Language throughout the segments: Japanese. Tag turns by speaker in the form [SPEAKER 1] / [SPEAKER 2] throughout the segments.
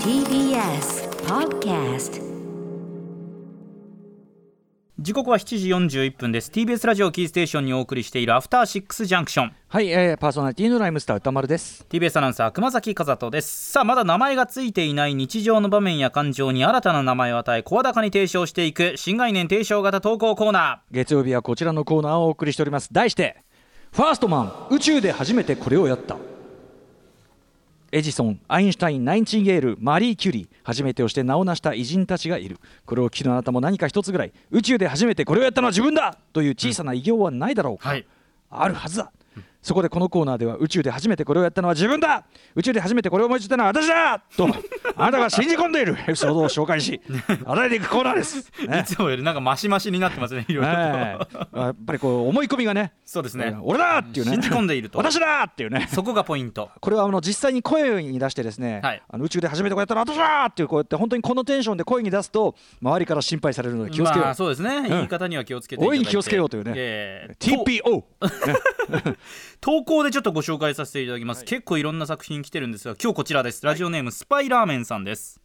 [SPEAKER 1] TBS Podcast
[SPEAKER 2] 時刻は7時41分です TBS ラジオキーステーションにお送りしているアフターシックスジャンクション
[SPEAKER 3] はい、えー、パーソナリティのライムスター歌丸です。
[SPEAKER 2] TBS アナウンサー熊崎和人ですさあまだ名前がついていない日常の場面や感情に新たな名前を与え声高に提唱していく新概念提唱型投稿コーナ
[SPEAKER 3] 月曜日はこちらのコーナーをお送りしております。題して、ファーストマン、宇宙で初めてこれをやった。エジソン、アインシュタイン、ナインチンゲール、マリー・キュリー、初めてをして名を成した偉人たちがいる。これを聞くのあなたも何か一つぐらい、宇宙で初めてこれをやったのは自分だという小さな偉業はないだろう か。
[SPEAKER 2] はい
[SPEAKER 3] あるはずだ。そこでこのコーナーでは宇宙で初めてこれをやったのは自分だ宇宙で初めてこれを思いついたのは私だとあなたが信じ込んでいるエピソードを紹介し与えていくコーナー です、
[SPEAKER 2] ー
[SPEAKER 3] ね
[SPEAKER 2] いつもよりなんかマシマシになってますね いろいろと、
[SPEAKER 3] ええ やっぱりこう思い込みがね
[SPEAKER 2] そうですね
[SPEAKER 3] 俺だっていうね
[SPEAKER 2] 信じ込んでいると
[SPEAKER 3] 私だっていうね
[SPEAKER 2] そこがポイント
[SPEAKER 3] これはあの実際に声に出してですね、
[SPEAKER 2] はい
[SPEAKER 3] あの宇宙で初めてこうやったら私だっていうこうやって本当にこのテンションで声に出すと周りから心配されるので気をつけよう、
[SPEAKER 2] まあ、そうですね、言い方には気をつけていただ
[SPEAKER 3] 大
[SPEAKER 2] い
[SPEAKER 3] い
[SPEAKER 2] て
[SPEAKER 3] に気をつけようというね
[SPEAKER 2] えー
[SPEAKER 3] TPO
[SPEAKER 2] 投稿でちょっとご紹介させていただきます、結構いろんな作品来てるんですが今日こちらですラジオネームスパイラーメンさんです、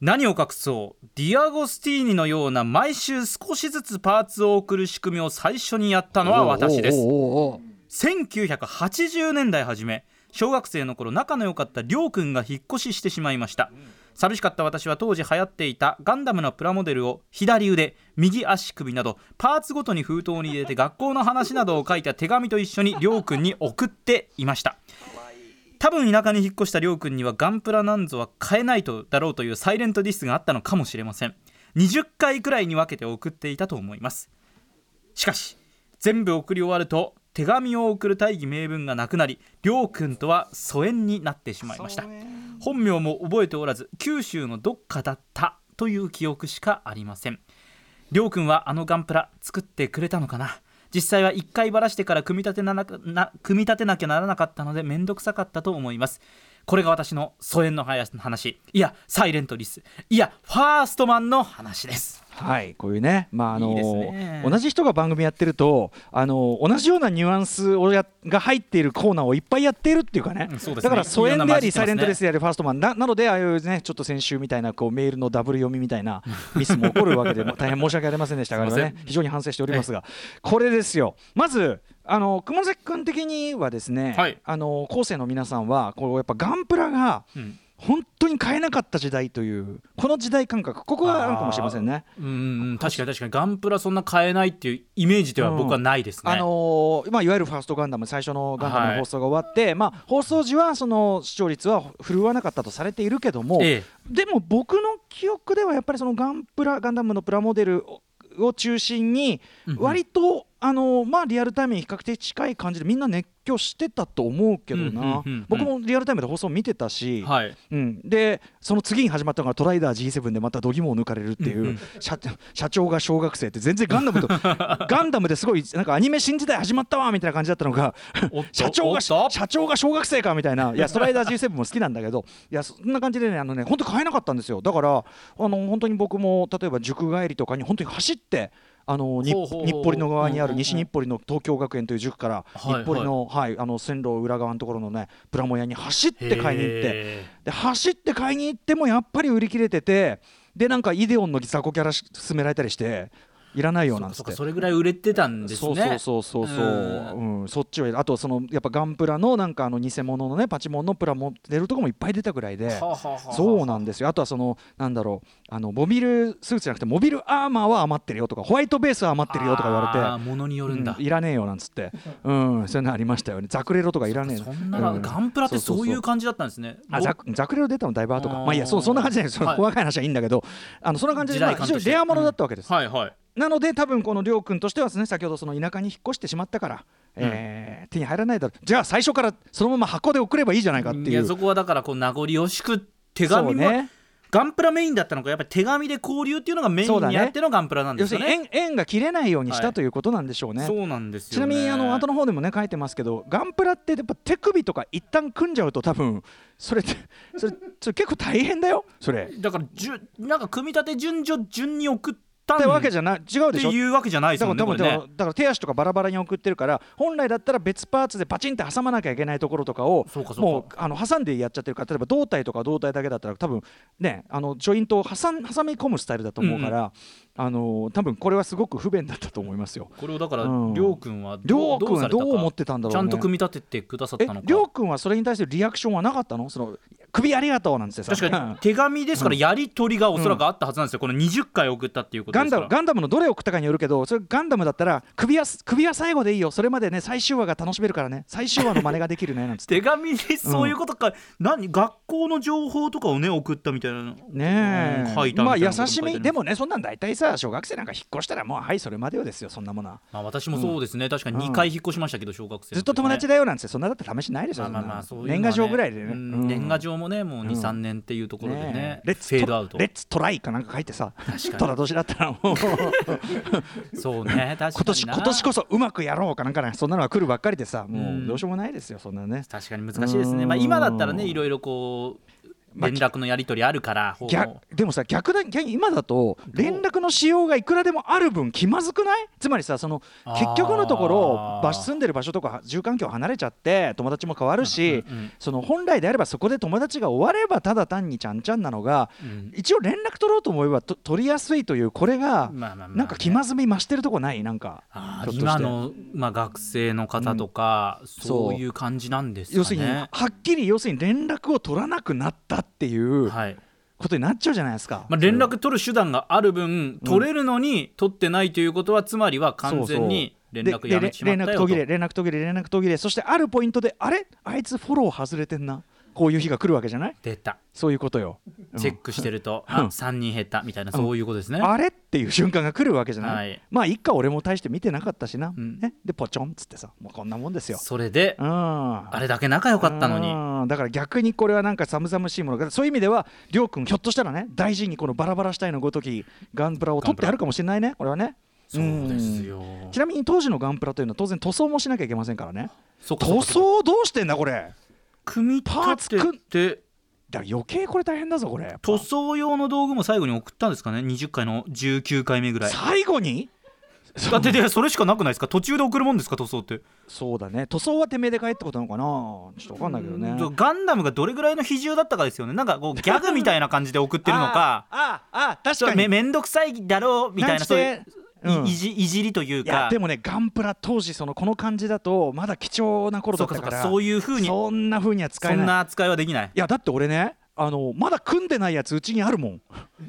[SPEAKER 2] 何を隠そうディアゴスティーニのような毎週少しずつパーツを送る仕組みを最初にやったのは私です
[SPEAKER 3] おうおうおうおう
[SPEAKER 2] 1980年代初め小学生の頃仲の良かったりょうくんが引っ越ししてしまいました寂しかった私は当時流行っていたガンダムのプラモデルを左腕右足首などパーツごとに封筒に入れて学校の話などを書いた手紙と一緒にりょうくんに送っていました多分田舎に引っ越したりょうくんにはガンプラなんぞは買えないとだろうというサイレントディスがあったのかもしれません20回くらいに分けて送っていたと思いますしかし全部送り終わると手紙を送る大義名分がなくなりりょうくんとは疎遠になってしまいました本名も覚えておらず九州のどっかだったという記憶しかありませんりょうくんはあのガンプラ作ってくれたのかな実際は1回ばらしてから組み立てななな組み立てなきゃならなかったので面倒くさかったと思いますこれが私の疎遠の話いやサイレントリスいやファーストマンの話です
[SPEAKER 3] はい、こういうね、まああの
[SPEAKER 2] いいですね
[SPEAKER 3] 同じ人が番組やってるとあの同じようなニュアンスをやが入っているコーナーをいっぱいやっているっていうかね,、
[SPEAKER 2] うんそうですね
[SPEAKER 3] だから疎遠であり、
[SPEAKER 2] いろんな混じってますね
[SPEAKER 3] サイレントレスでありファーストマンななのでああいうねちょっと先週みたいなこうメールのダブル読みみたいなミスも起こるわけでまあ大変申し訳ありませんでしたから
[SPEAKER 2] すいませ
[SPEAKER 3] ね非常に反省しておりますがこれですよまずあの熊崎君的にはですね、
[SPEAKER 2] はい
[SPEAKER 3] あの後世の皆さんはこうやっぱガンプラが
[SPEAKER 2] うん
[SPEAKER 3] 本当に買えなかった時代というこの時代感覚ここがあるかもしれませんね。
[SPEAKER 2] うん確かに確かにガンプラそんな買えないっていうイメージでは僕はないですね、
[SPEAKER 3] あのーまあ、いわゆるファーストガンダム最初のガンダム
[SPEAKER 2] はい
[SPEAKER 3] の放送が終わって、まあ、放送時はその視聴率は振るわなかったとされているけども、
[SPEAKER 2] え
[SPEAKER 3] でも僕の記憶ではやっぱりそのガンプラガンダムのプラモデルをを中心に
[SPEAKER 2] うんうん
[SPEAKER 3] 割と、あのーまあ、リアルタイムに比較的近い感じでみんな熱狂してたと思うけど
[SPEAKER 2] う
[SPEAKER 3] な、
[SPEAKER 2] んうんうんうん
[SPEAKER 3] 僕もリアルタイムで放送見てたし、
[SPEAKER 2] えはい
[SPEAKER 3] うん、でその次に始まったのがトライダー G7 でまた度肝を抜かれるっていう、
[SPEAKER 2] うんうん
[SPEAKER 3] 社社長が小学生って全然ガ ンダムとガンダムですごいなんかアニメ新時代始まったわみたいな感じだったの が
[SPEAKER 2] おっと
[SPEAKER 3] 社長
[SPEAKER 2] お
[SPEAKER 3] が
[SPEAKER 2] っと
[SPEAKER 3] 社長が小学生かみたいないやストライダー G7 も好きなんだけどいやそんな感じでねあのね本当買えなかったんですよだからあの本当に僕も例えば塾帰りとかに本当に走ってあの日
[SPEAKER 2] ほうほうほう
[SPEAKER 3] 日暮里の側にあ
[SPEAKER 2] うんうんう
[SPEAKER 3] る
[SPEAKER 2] ん
[SPEAKER 3] 西日暮里の東京学園という塾から日
[SPEAKER 2] はい
[SPEAKER 3] 暮里の,、はいあの線路裏側のところのねプラモ屋に走って買いに行って。
[SPEAKER 2] へ
[SPEAKER 3] で走って買いに行ってもやっぱり売り切れててでなんかイデオンの雑魚キャラし勧められたりしていらない
[SPEAKER 2] え
[SPEAKER 3] よ
[SPEAKER 2] そ
[SPEAKER 3] なん
[SPEAKER 2] う
[SPEAKER 3] つ
[SPEAKER 2] かそう
[SPEAKER 3] って
[SPEAKER 2] かそれぐらい売れてたんです
[SPEAKER 3] そう
[SPEAKER 2] ね
[SPEAKER 3] そうそうそうそう、
[SPEAKER 2] う
[SPEAKER 3] うんそっちを選あとそのやっぱガンプラのなんかあの偽物のねパチモンのプラモデルとかもいっぱい出たぐらいで
[SPEAKER 2] はあはあはあはあ
[SPEAKER 3] そうなんですよあとはそのなんだろうあのモビルスーツじゃなくてモビルアーマーは余ってるよとかホワイトベースは余ってるよとか言われて
[SPEAKER 2] あーものによるんだ、
[SPEAKER 3] うんいらねえよなんつってうんそういうのありましたよねザクレロとかいらねえ
[SPEAKER 2] そんなの、
[SPEAKER 3] うん
[SPEAKER 2] ガンプラって
[SPEAKER 3] そう
[SPEAKER 2] そ
[SPEAKER 3] そう
[SPEAKER 2] う
[SPEAKER 3] そう
[SPEAKER 2] いう感じだったんですね
[SPEAKER 3] あ
[SPEAKER 2] 僕
[SPEAKER 3] ザクザクレロ出たのだいぶ後か
[SPEAKER 2] あー
[SPEAKER 3] まあいいやそそんな感じじゃないです
[SPEAKER 2] はい
[SPEAKER 3] 細かい話はいいんだけどあのそんな感じで、
[SPEAKER 2] 時
[SPEAKER 3] まあ、
[SPEAKER 2] 代感
[SPEAKER 3] 非
[SPEAKER 2] と
[SPEAKER 3] 常
[SPEAKER 2] し
[SPEAKER 3] に
[SPEAKER 2] て
[SPEAKER 3] レアものだったわけです、
[SPEAKER 2] はいはい
[SPEAKER 3] なので多分このりょうくんとしてはですね先ほどその田舎に引っ越してしまったから、えー手に入らないだろうじゃあ最初からそのまま箱で送ればいいじゃないかっていう
[SPEAKER 2] いやそこはだからこう名残惜しく手
[SPEAKER 3] そう
[SPEAKER 2] 紙も、
[SPEAKER 3] ね
[SPEAKER 2] ガンプラメインだったのかやっぱり手紙で交流っていうのがメイ
[SPEAKER 3] そう
[SPEAKER 2] ン
[SPEAKER 3] だ
[SPEAKER 2] に
[SPEAKER 3] ね
[SPEAKER 2] あってのガンプラなんで
[SPEAKER 3] 要
[SPEAKER 2] すよ
[SPEAKER 3] するに
[SPEAKER 2] ね
[SPEAKER 3] 縁縁が切れないようにした、
[SPEAKER 2] はい
[SPEAKER 3] ということなんでしょうね
[SPEAKER 2] そうなんです
[SPEAKER 3] ち
[SPEAKER 2] よ、
[SPEAKER 3] な
[SPEAKER 2] ね、
[SPEAKER 3] みにあの後の方でもね書いてますけどガンプラってやっぱ手首とか一旦組んじゃうと多分それってそれそれ結構大変だよそれ
[SPEAKER 2] だからじゅなんか組み立て順序順に送ったん
[SPEAKER 3] ってわけじゃない違う
[SPEAKER 2] って
[SPEAKER 3] でしょ
[SPEAKER 2] いうわけじゃないです
[SPEAKER 3] だか
[SPEAKER 2] も
[SPEAKER 3] ら
[SPEAKER 2] んね
[SPEAKER 3] 多
[SPEAKER 2] これ
[SPEAKER 3] 分
[SPEAKER 2] ね
[SPEAKER 3] だから手足とかバラバラに送ってるから本来だったら別パーツでパチンって挟まなきゃいけないところとかを
[SPEAKER 2] そうかそうか
[SPEAKER 3] もうあの挟んでやっちゃってるから例えば胴体とか胴体だけだったら多分ねあのジョイントを挟ん挟み込むスタイルだと思うから、あの多分これはすごく不便だったと思いますよ。
[SPEAKER 2] これをだから、
[SPEAKER 3] うん
[SPEAKER 2] りょうくんは
[SPEAKER 3] り
[SPEAKER 2] どう
[SPEAKER 3] ょうくん
[SPEAKER 2] どうされたか
[SPEAKER 3] どう思ってたんだろうね
[SPEAKER 2] ちゃんと組み立ててくださっ
[SPEAKER 3] え
[SPEAKER 2] たのか
[SPEAKER 3] りょうくんはそれに対するリアクションはなかったのその首ありがとうなんですよ
[SPEAKER 2] 確かに手紙ですからやり取りがおそらくあったはずなんですよ、この20回送ったっていうこと
[SPEAKER 3] ガ
[SPEAKER 2] で
[SPEAKER 3] ン
[SPEAKER 2] すか
[SPEAKER 3] ダ
[SPEAKER 2] ら
[SPEAKER 3] ムガンダムのどれを送ったかによるけどそれガンダムだったら首は首は最後でいいよそれまでね最終話が楽しめるからね最終話の真似ができるねなんつって
[SPEAKER 2] 手紙でそういうことか、何学校の情報とかをね送ったみたいな
[SPEAKER 3] ねえ、
[SPEAKER 2] うん書いたみた
[SPEAKER 3] まあ
[SPEAKER 2] いな
[SPEAKER 3] 優
[SPEAKER 2] ことも
[SPEAKER 3] し
[SPEAKER 2] 書いてあります
[SPEAKER 3] みでもねそんなん大体さ小学生なんか引っ越したらもうはいそれまでよですよそんなものは
[SPEAKER 2] まあ、私もそうですね、確かに2回引っ越しましたけど小学生の時ね、
[SPEAKER 3] ずっと友達だよなんてそんなだって試しないでし
[SPEAKER 2] まあ
[SPEAKER 3] ょそん
[SPEAKER 2] ま
[SPEAKER 3] な
[SPEAKER 2] あ
[SPEAKER 3] の
[SPEAKER 2] まあそういうのはね
[SPEAKER 3] 年賀状ぐらいでね
[SPEAKER 2] うん年賀
[SPEAKER 3] 状
[SPEAKER 2] 状もねもう
[SPEAKER 3] うん
[SPEAKER 2] 23年っていうところでね
[SPEAKER 3] レッツ
[SPEAKER 2] フェードアウト
[SPEAKER 3] レッツトライかなんか書いてさ
[SPEAKER 2] かに
[SPEAKER 3] 虎年だったらもう
[SPEAKER 2] そうね確かにな
[SPEAKER 3] 今年今年こそうまくやろうかなんかねそんなのが来るばっかりでさ
[SPEAKER 2] う
[SPEAKER 3] もうんどうしようもないですよそんなね
[SPEAKER 2] 確かに難しいですね、まあ、
[SPEAKER 3] うん
[SPEAKER 2] 今だったらねいろいろこう
[SPEAKER 3] まあ
[SPEAKER 2] 連絡のやり取りあるから、ほう
[SPEAKER 3] 逆でもさ逆だ逆に今だと連絡のしようがいくらでもある分気まずくないつまりさその
[SPEAKER 2] あー
[SPEAKER 3] 結局のところ場所住んでる場所とか住環境離れちゃって友達も変わるし、
[SPEAKER 2] うんうん
[SPEAKER 3] その本来であればそこで友達が終わればただ単にちゃんちゃんなのが、
[SPEAKER 2] うん
[SPEAKER 3] 一応連絡取ろうと思えばと取りやすいというこれ
[SPEAKER 2] まあ
[SPEAKER 3] が、
[SPEAKER 2] まあまあね
[SPEAKER 3] なんか気まずみ増してるとこないなんか
[SPEAKER 2] あ
[SPEAKER 3] ひ
[SPEAKER 2] ー
[SPEAKER 3] ょっとして
[SPEAKER 2] 今の、まあ、学生の方とか、そういう感じなんですかね。
[SPEAKER 3] 要するにはっきり要するに連絡を取らなくなったっていう
[SPEAKER 2] はい
[SPEAKER 3] ことになっちゃうじゃないですか。
[SPEAKER 2] まあ、連絡取る手段がある分、取れるのに取ってないということはつまりは完全に連絡やめてしまった
[SPEAKER 3] でで連
[SPEAKER 2] よ
[SPEAKER 3] 絡
[SPEAKER 2] と
[SPEAKER 3] 途切れ連絡途切れ連絡途切れそしてあるポイントであれあいつフォロー外れてんなこういう日が来るわけじゃない
[SPEAKER 2] 出た
[SPEAKER 3] そういうことよ、うん
[SPEAKER 2] チェックしてると、
[SPEAKER 3] うん
[SPEAKER 2] あ3人減ったみたいなそういうことですね、
[SPEAKER 3] あれっていう瞬間が来るわけじゃない、
[SPEAKER 2] はい
[SPEAKER 3] まあ一家俺も大して見てなかったしな、
[SPEAKER 2] うん
[SPEAKER 3] ね、でポチョンっつってさもうこんなもんですよ、
[SPEAKER 2] それで
[SPEAKER 3] うん、あ
[SPEAKER 2] あれだけ仲良かったのに
[SPEAKER 3] にだから逆にこれはなんか寒々しいものがそういう意味ではりょうくんひょっとしたらね大事にこのバラバラしたいのごときガンプラを取ってあるかもしれないねこれはね
[SPEAKER 2] そうですよ
[SPEAKER 3] ちなみに当時のガンプラというのは当然塗装もしなきゃいけませんからね
[SPEAKER 2] そっかそっ
[SPEAKER 3] 塗
[SPEAKER 2] かそっか
[SPEAKER 3] 装どうしてんだこれ
[SPEAKER 2] 組み立
[SPEAKER 3] パーツ
[SPEAKER 2] てて
[SPEAKER 3] だから余計これ大変だぞこれ
[SPEAKER 2] 塗装用の道具も最後に送ったんですかね20回の19回目ぐらい
[SPEAKER 3] 最後に
[SPEAKER 2] だってでそれしかなくないですか途中で送るもんですか塗装って
[SPEAKER 3] そうだね塗装はてめえで買えってことなのかなちょっと分かんないけどね
[SPEAKER 2] ガンダムがどれぐらいの比重だったかですよねなんかこうギャグみたいな感じで送ってるのか
[SPEAKER 3] ああああ確
[SPEAKER 2] ちょっ
[SPEAKER 3] か
[SPEAKER 2] とめ
[SPEAKER 3] に
[SPEAKER 2] めんどくさいだろうみたいなそういう
[SPEAKER 3] うん
[SPEAKER 2] いいじいじりという
[SPEAKER 3] いや
[SPEAKER 2] か
[SPEAKER 3] でもねガンプラ当時そのこの感じだとまだ貴重な頃だ
[SPEAKER 2] そう
[SPEAKER 3] っ
[SPEAKER 2] かそ
[SPEAKER 3] た
[SPEAKER 2] う
[SPEAKER 3] か
[SPEAKER 2] からそういうふうに
[SPEAKER 3] そんなふうには使
[SPEAKER 2] そ
[SPEAKER 3] え
[SPEAKER 2] ん
[SPEAKER 3] ない
[SPEAKER 2] な扱いはでき ない
[SPEAKER 3] いやだって俺ねあのまだ組んでないやつうちにあるも ん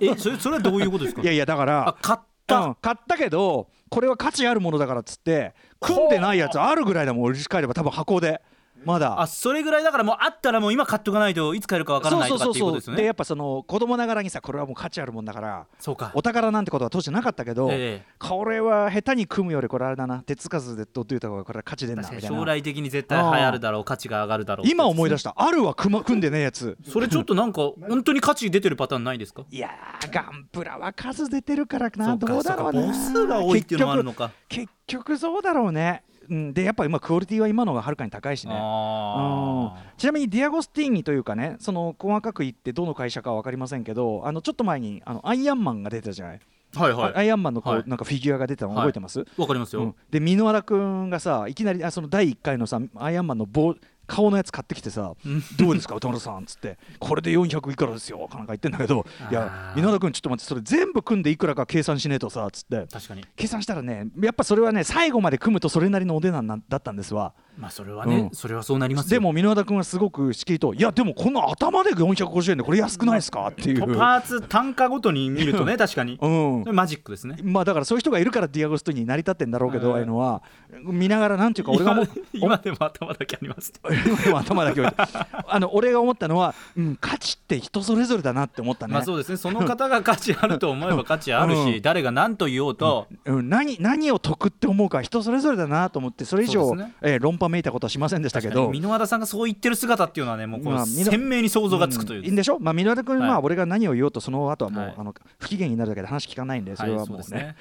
[SPEAKER 2] えそれそれはどういうことですか
[SPEAKER 3] いやいやだから
[SPEAKER 2] あ買っ
[SPEAKER 3] うん
[SPEAKER 2] た、
[SPEAKER 3] 買ったけどこれは価値あるものだからっつって組んでないやつあるぐらいだもん俺帰れば多分箱でまだ
[SPEAKER 2] あそれぐらいだからもうあったらもう今買っとかないといつ買えるかわからないとかっていうことですよ
[SPEAKER 3] でや
[SPEAKER 2] ね
[SPEAKER 3] っぱその子供ながらにさこれはもう価値あるもんだから
[SPEAKER 2] そうか
[SPEAKER 3] お宝なんてことは当時なかったけど、
[SPEAKER 2] ええ
[SPEAKER 3] これは下手に組むよりこれあれだな手つかずでどう言った方がこれは価値出んな
[SPEAKER 2] 確か
[SPEAKER 3] み
[SPEAKER 2] に
[SPEAKER 3] たいな
[SPEAKER 2] 将来的に絶対流行るだろう価値が上がるだろう
[SPEAKER 3] 今思い出
[SPEAKER 2] し
[SPEAKER 3] したあるは組,、ま、組んでねえやつ
[SPEAKER 2] それちょっとなんか本当に価値出てるパターンないですか
[SPEAKER 3] いやーガンプラは数出てるから
[SPEAKER 2] そ
[SPEAKER 3] な
[SPEAKER 2] うか
[SPEAKER 3] どうだろうな
[SPEAKER 2] そうか母数が多いっていうのもあるのか
[SPEAKER 3] 結局結局そうだろうね、うん、でやっぱ今クオリティは今のがはるかに高いしねうん
[SPEAKER 2] あ
[SPEAKER 3] ちなみにディアゴスティーニというかねその細かく言ってどの会社かは分かりませんけどあのちょっと前にあのアイアンマンが出てたじゃない、
[SPEAKER 2] あはいはい
[SPEAKER 3] あアイアンマンのこう、
[SPEAKER 2] はい
[SPEAKER 3] なんかフィギュアが出てた
[SPEAKER 2] は
[SPEAKER 3] の
[SPEAKER 2] い
[SPEAKER 3] 覚えてます、
[SPEAKER 2] わかりますよ、
[SPEAKER 3] うんで箕輪田君がさいきなりあその第1回のさアイアンマンの棒顔のやつ買ってきてさ「どうですか歌丸さん」っつって「これで400いくらですよ」かなんか言ってんだけど「い
[SPEAKER 2] あ
[SPEAKER 3] や
[SPEAKER 2] ー
[SPEAKER 3] 箕輪田君ちょっと待ってそれ全部組んでいくらか計算しねえとさ」っつって
[SPEAKER 2] 確かに
[SPEAKER 3] 計算したらねやっぱそれはね最後まで組むとそれなりのお値段なんだったんですわ。
[SPEAKER 2] まあそれはね、
[SPEAKER 3] うん
[SPEAKER 2] それはそうなります
[SPEAKER 3] で
[SPEAKER 2] よ
[SPEAKER 3] も箕輪田君はすごくしきりと「いやでもこの頭で450円でこれ安くないですか?」っていう、
[SPEAKER 2] パー
[SPEAKER 3] う
[SPEAKER 2] ツ単価ごとに見るとね確かに、
[SPEAKER 3] ん
[SPEAKER 2] それ、マジックですね
[SPEAKER 3] まあだからそういう人がいるからディアゴストに成り立ってんだろうけど、
[SPEAKER 2] うん
[SPEAKER 3] ああいうのは見ながらなんていうか俺がもう
[SPEAKER 2] 今今でも頭だけありますね
[SPEAKER 3] 俺も 頭だけ置いてあの俺が思ったのは、うん、価値って人それぞれだなって思ったね。
[SPEAKER 2] まあそうですねその方が価値あると思えば価値あるし、
[SPEAKER 3] うん
[SPEAKER 2] 誰が何と言おうと、
[SPEAKER 3] うん、何何を得って思うかは人それぞれだなと思ってそれ以上
[SPEAKER 2] そうですね
[SPEAKER 3] えー論破ばめいたことはしませんでしたけど
[SPEAKER 2] 箕輪田さんがそう言ってる姿っていうのはねもうこ
[SPEAKER 3] ま
[SPEAKER 2] の
[SPEAKER 3] あ箕輪
[SPEAKER 2] 鮮明に想像がつくというう、
[SPEAKER 3] んいいんでしょ、まあ、ミノル君、
[SPEAKER 2] はい
[SPEAKER 3] まあ、俺が何を言おうと、その後はもう、
[SPEAKER 2] はい
[SPEAKER 3] あの不機嫌になるだけで話聞かないんで、それ
[SPEAKER 2] は
[SPEAKER 3] はい
[SPEAKER 2] そうで
[SPEAKER 3] もう
[SPEAKER 2] す
[SPEAKER 3] ね、
[SPEAKER 2] ね。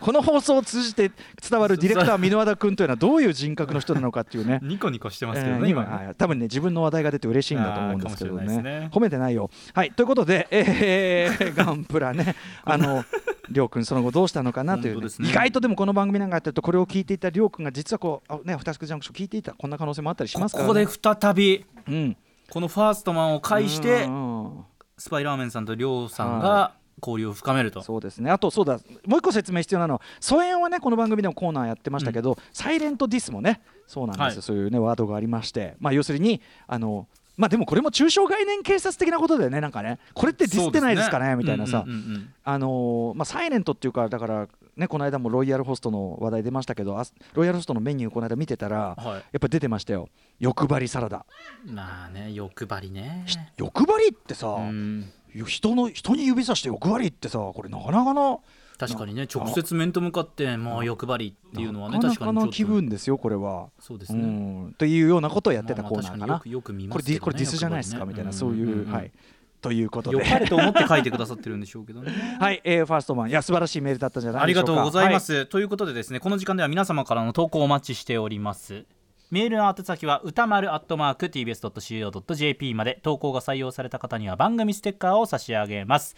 [SPEAKER 3] この放送を通じて伝わるディレクター、箕輪田君というのは、どういう人格の人なのかっていうね
[SPEAKER 2] ニコニコしてますけ
[SPEAKER 3] え
[SPEAKER 2] どね、
[SPEAKER 3] ー
[SPEAKER 2] 今
[SPEAKER 3] 今
[SPEAKER 2] ね
[SPEAKER 3] はい多分ね自分の話題が出て嬉しいんだと思うんですけど
[SPEAKER 2] あーかもしれ
[SPEAKER 3] ね
[SPEAKER 2] ないですね
[SPEAKER 3] 褒めてないよ。はいということで、えーガンプラねあのりょうくんその後どうしたのかなとい
[SPEAKER 2] 本
[SPEAKER 3] う、
[SPEAKER 2] 当ですね
[SPEAKER 3] 意外とでもこの番組なんかやってるとこれを聞いていたりょうくんが実はこうあねふたしくジャンクション聞いていたこんな可能性もあったりしますか
[SPEAKER 2] こ
[SPEAKER 3] ら、
[SPEAKER 2] こ
[SPEAKER 3] ね、
[SPEAKER 2] で再び
[SPEAKER 3] うん、
[SPEAKER 2] このファーストマンを介して
[SPEAKER 3] うんうん
[SPEAKER 2] スパイラーメンさんとりょうさんが交流を深めると
[SPEAKER 3] そうですねあとそうだもう一個説明必要なのは疎遠はねこの番組でもコーナーやってましたけど、サイレントディスもねそうなんですよ、
[SPEAKER 2] はい
[SPEAKER 3] そういうねワードがありましてまあ要するにあのまあでもこれも抽象概念警察的なことだよねなんかねこれってディスってないですかねみたいなさ、
[SPEAKER 2] うんうんうん
[SPEAKER 3] あのーまあ、サイレントっていうかだから、ね、この間もロイヤルホストの話題出ましたけどあロイヤルホストのメニューこの間見てたら、
[SPEAKER 2] はい
[SPEAKER 3] やっぱ出てましたよ欲張りサラダ
[SPEAKER 2] うんまあね欲張りね
[SPEAKER 3] 欲張りってさ、
[SPEAKER 2] うん
[SPEAKER 3] 人の人に指さして欲張りってさこれなかなかの
[SPEAKER 2] 確かにね直接面と向かってもう欲張りっていうのはね
[SPEAKER 3] な
[SPEAKER 2] 確
[SPEAKER 3] か
[SPEAKER 2] か
[SPEAKER 3] なか
[SPEAKER 2] にちょっ
[SPEAKER 3] の
[SPEAKER 2] と
[SPEAKER 3] 気分ですよこれは。
[SPEAKER 2] そうです
[SPEAKER 3] う
[SPEAKER 2] ね、
[SPEAKER 3] んというようなことをやってたコーナーかな。
[SPEAKER 2] まあまあ確かによくよく見ますけどね
[SPEAKER 3] これディこれディスじゃないですかみたいな、
[SPEAKER 2] よく
[SPEAKER 3] そう
[SPEAKER 2] ね
[SPEAKER 3] いう、
[SPEAKER 2] うん
[SPEAKER 3] はい。ということ
[SPEAKER 2] 良
[SPEAKER 3] で、
[SPEAKER 2] かれと思って書いてくださってるんでしょうけどね。
[SPEAKER 3] はい、えーファーストマン、いや素晴らしいメールだったんじゃな
[SPEAKER 2] あ
[SPEAKER 3] い
[SPEAKER 2] り
[SPEAKER 3] でしょ
[SPEAKER 2] が
[SPEAKER 3] うか。
[SPEAKER 2] とうございま
[SPEAKER 3] は
[SPEAKER 2] す。ということでですね、この時間では皆様からの投稿をお待ちしております。メールの宛先は歌丸アットマーク tbs.co.jp まで投稿が採用された方には番組ステッカーを差し上げます。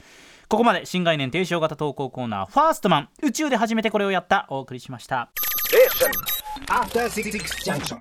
[SPEAKER 2] ここまで新概念提唱型投稿コーナーファーストマン宇宙で初めてこれをやったお送りしました。
[SPEAKER 4] After Six Junction.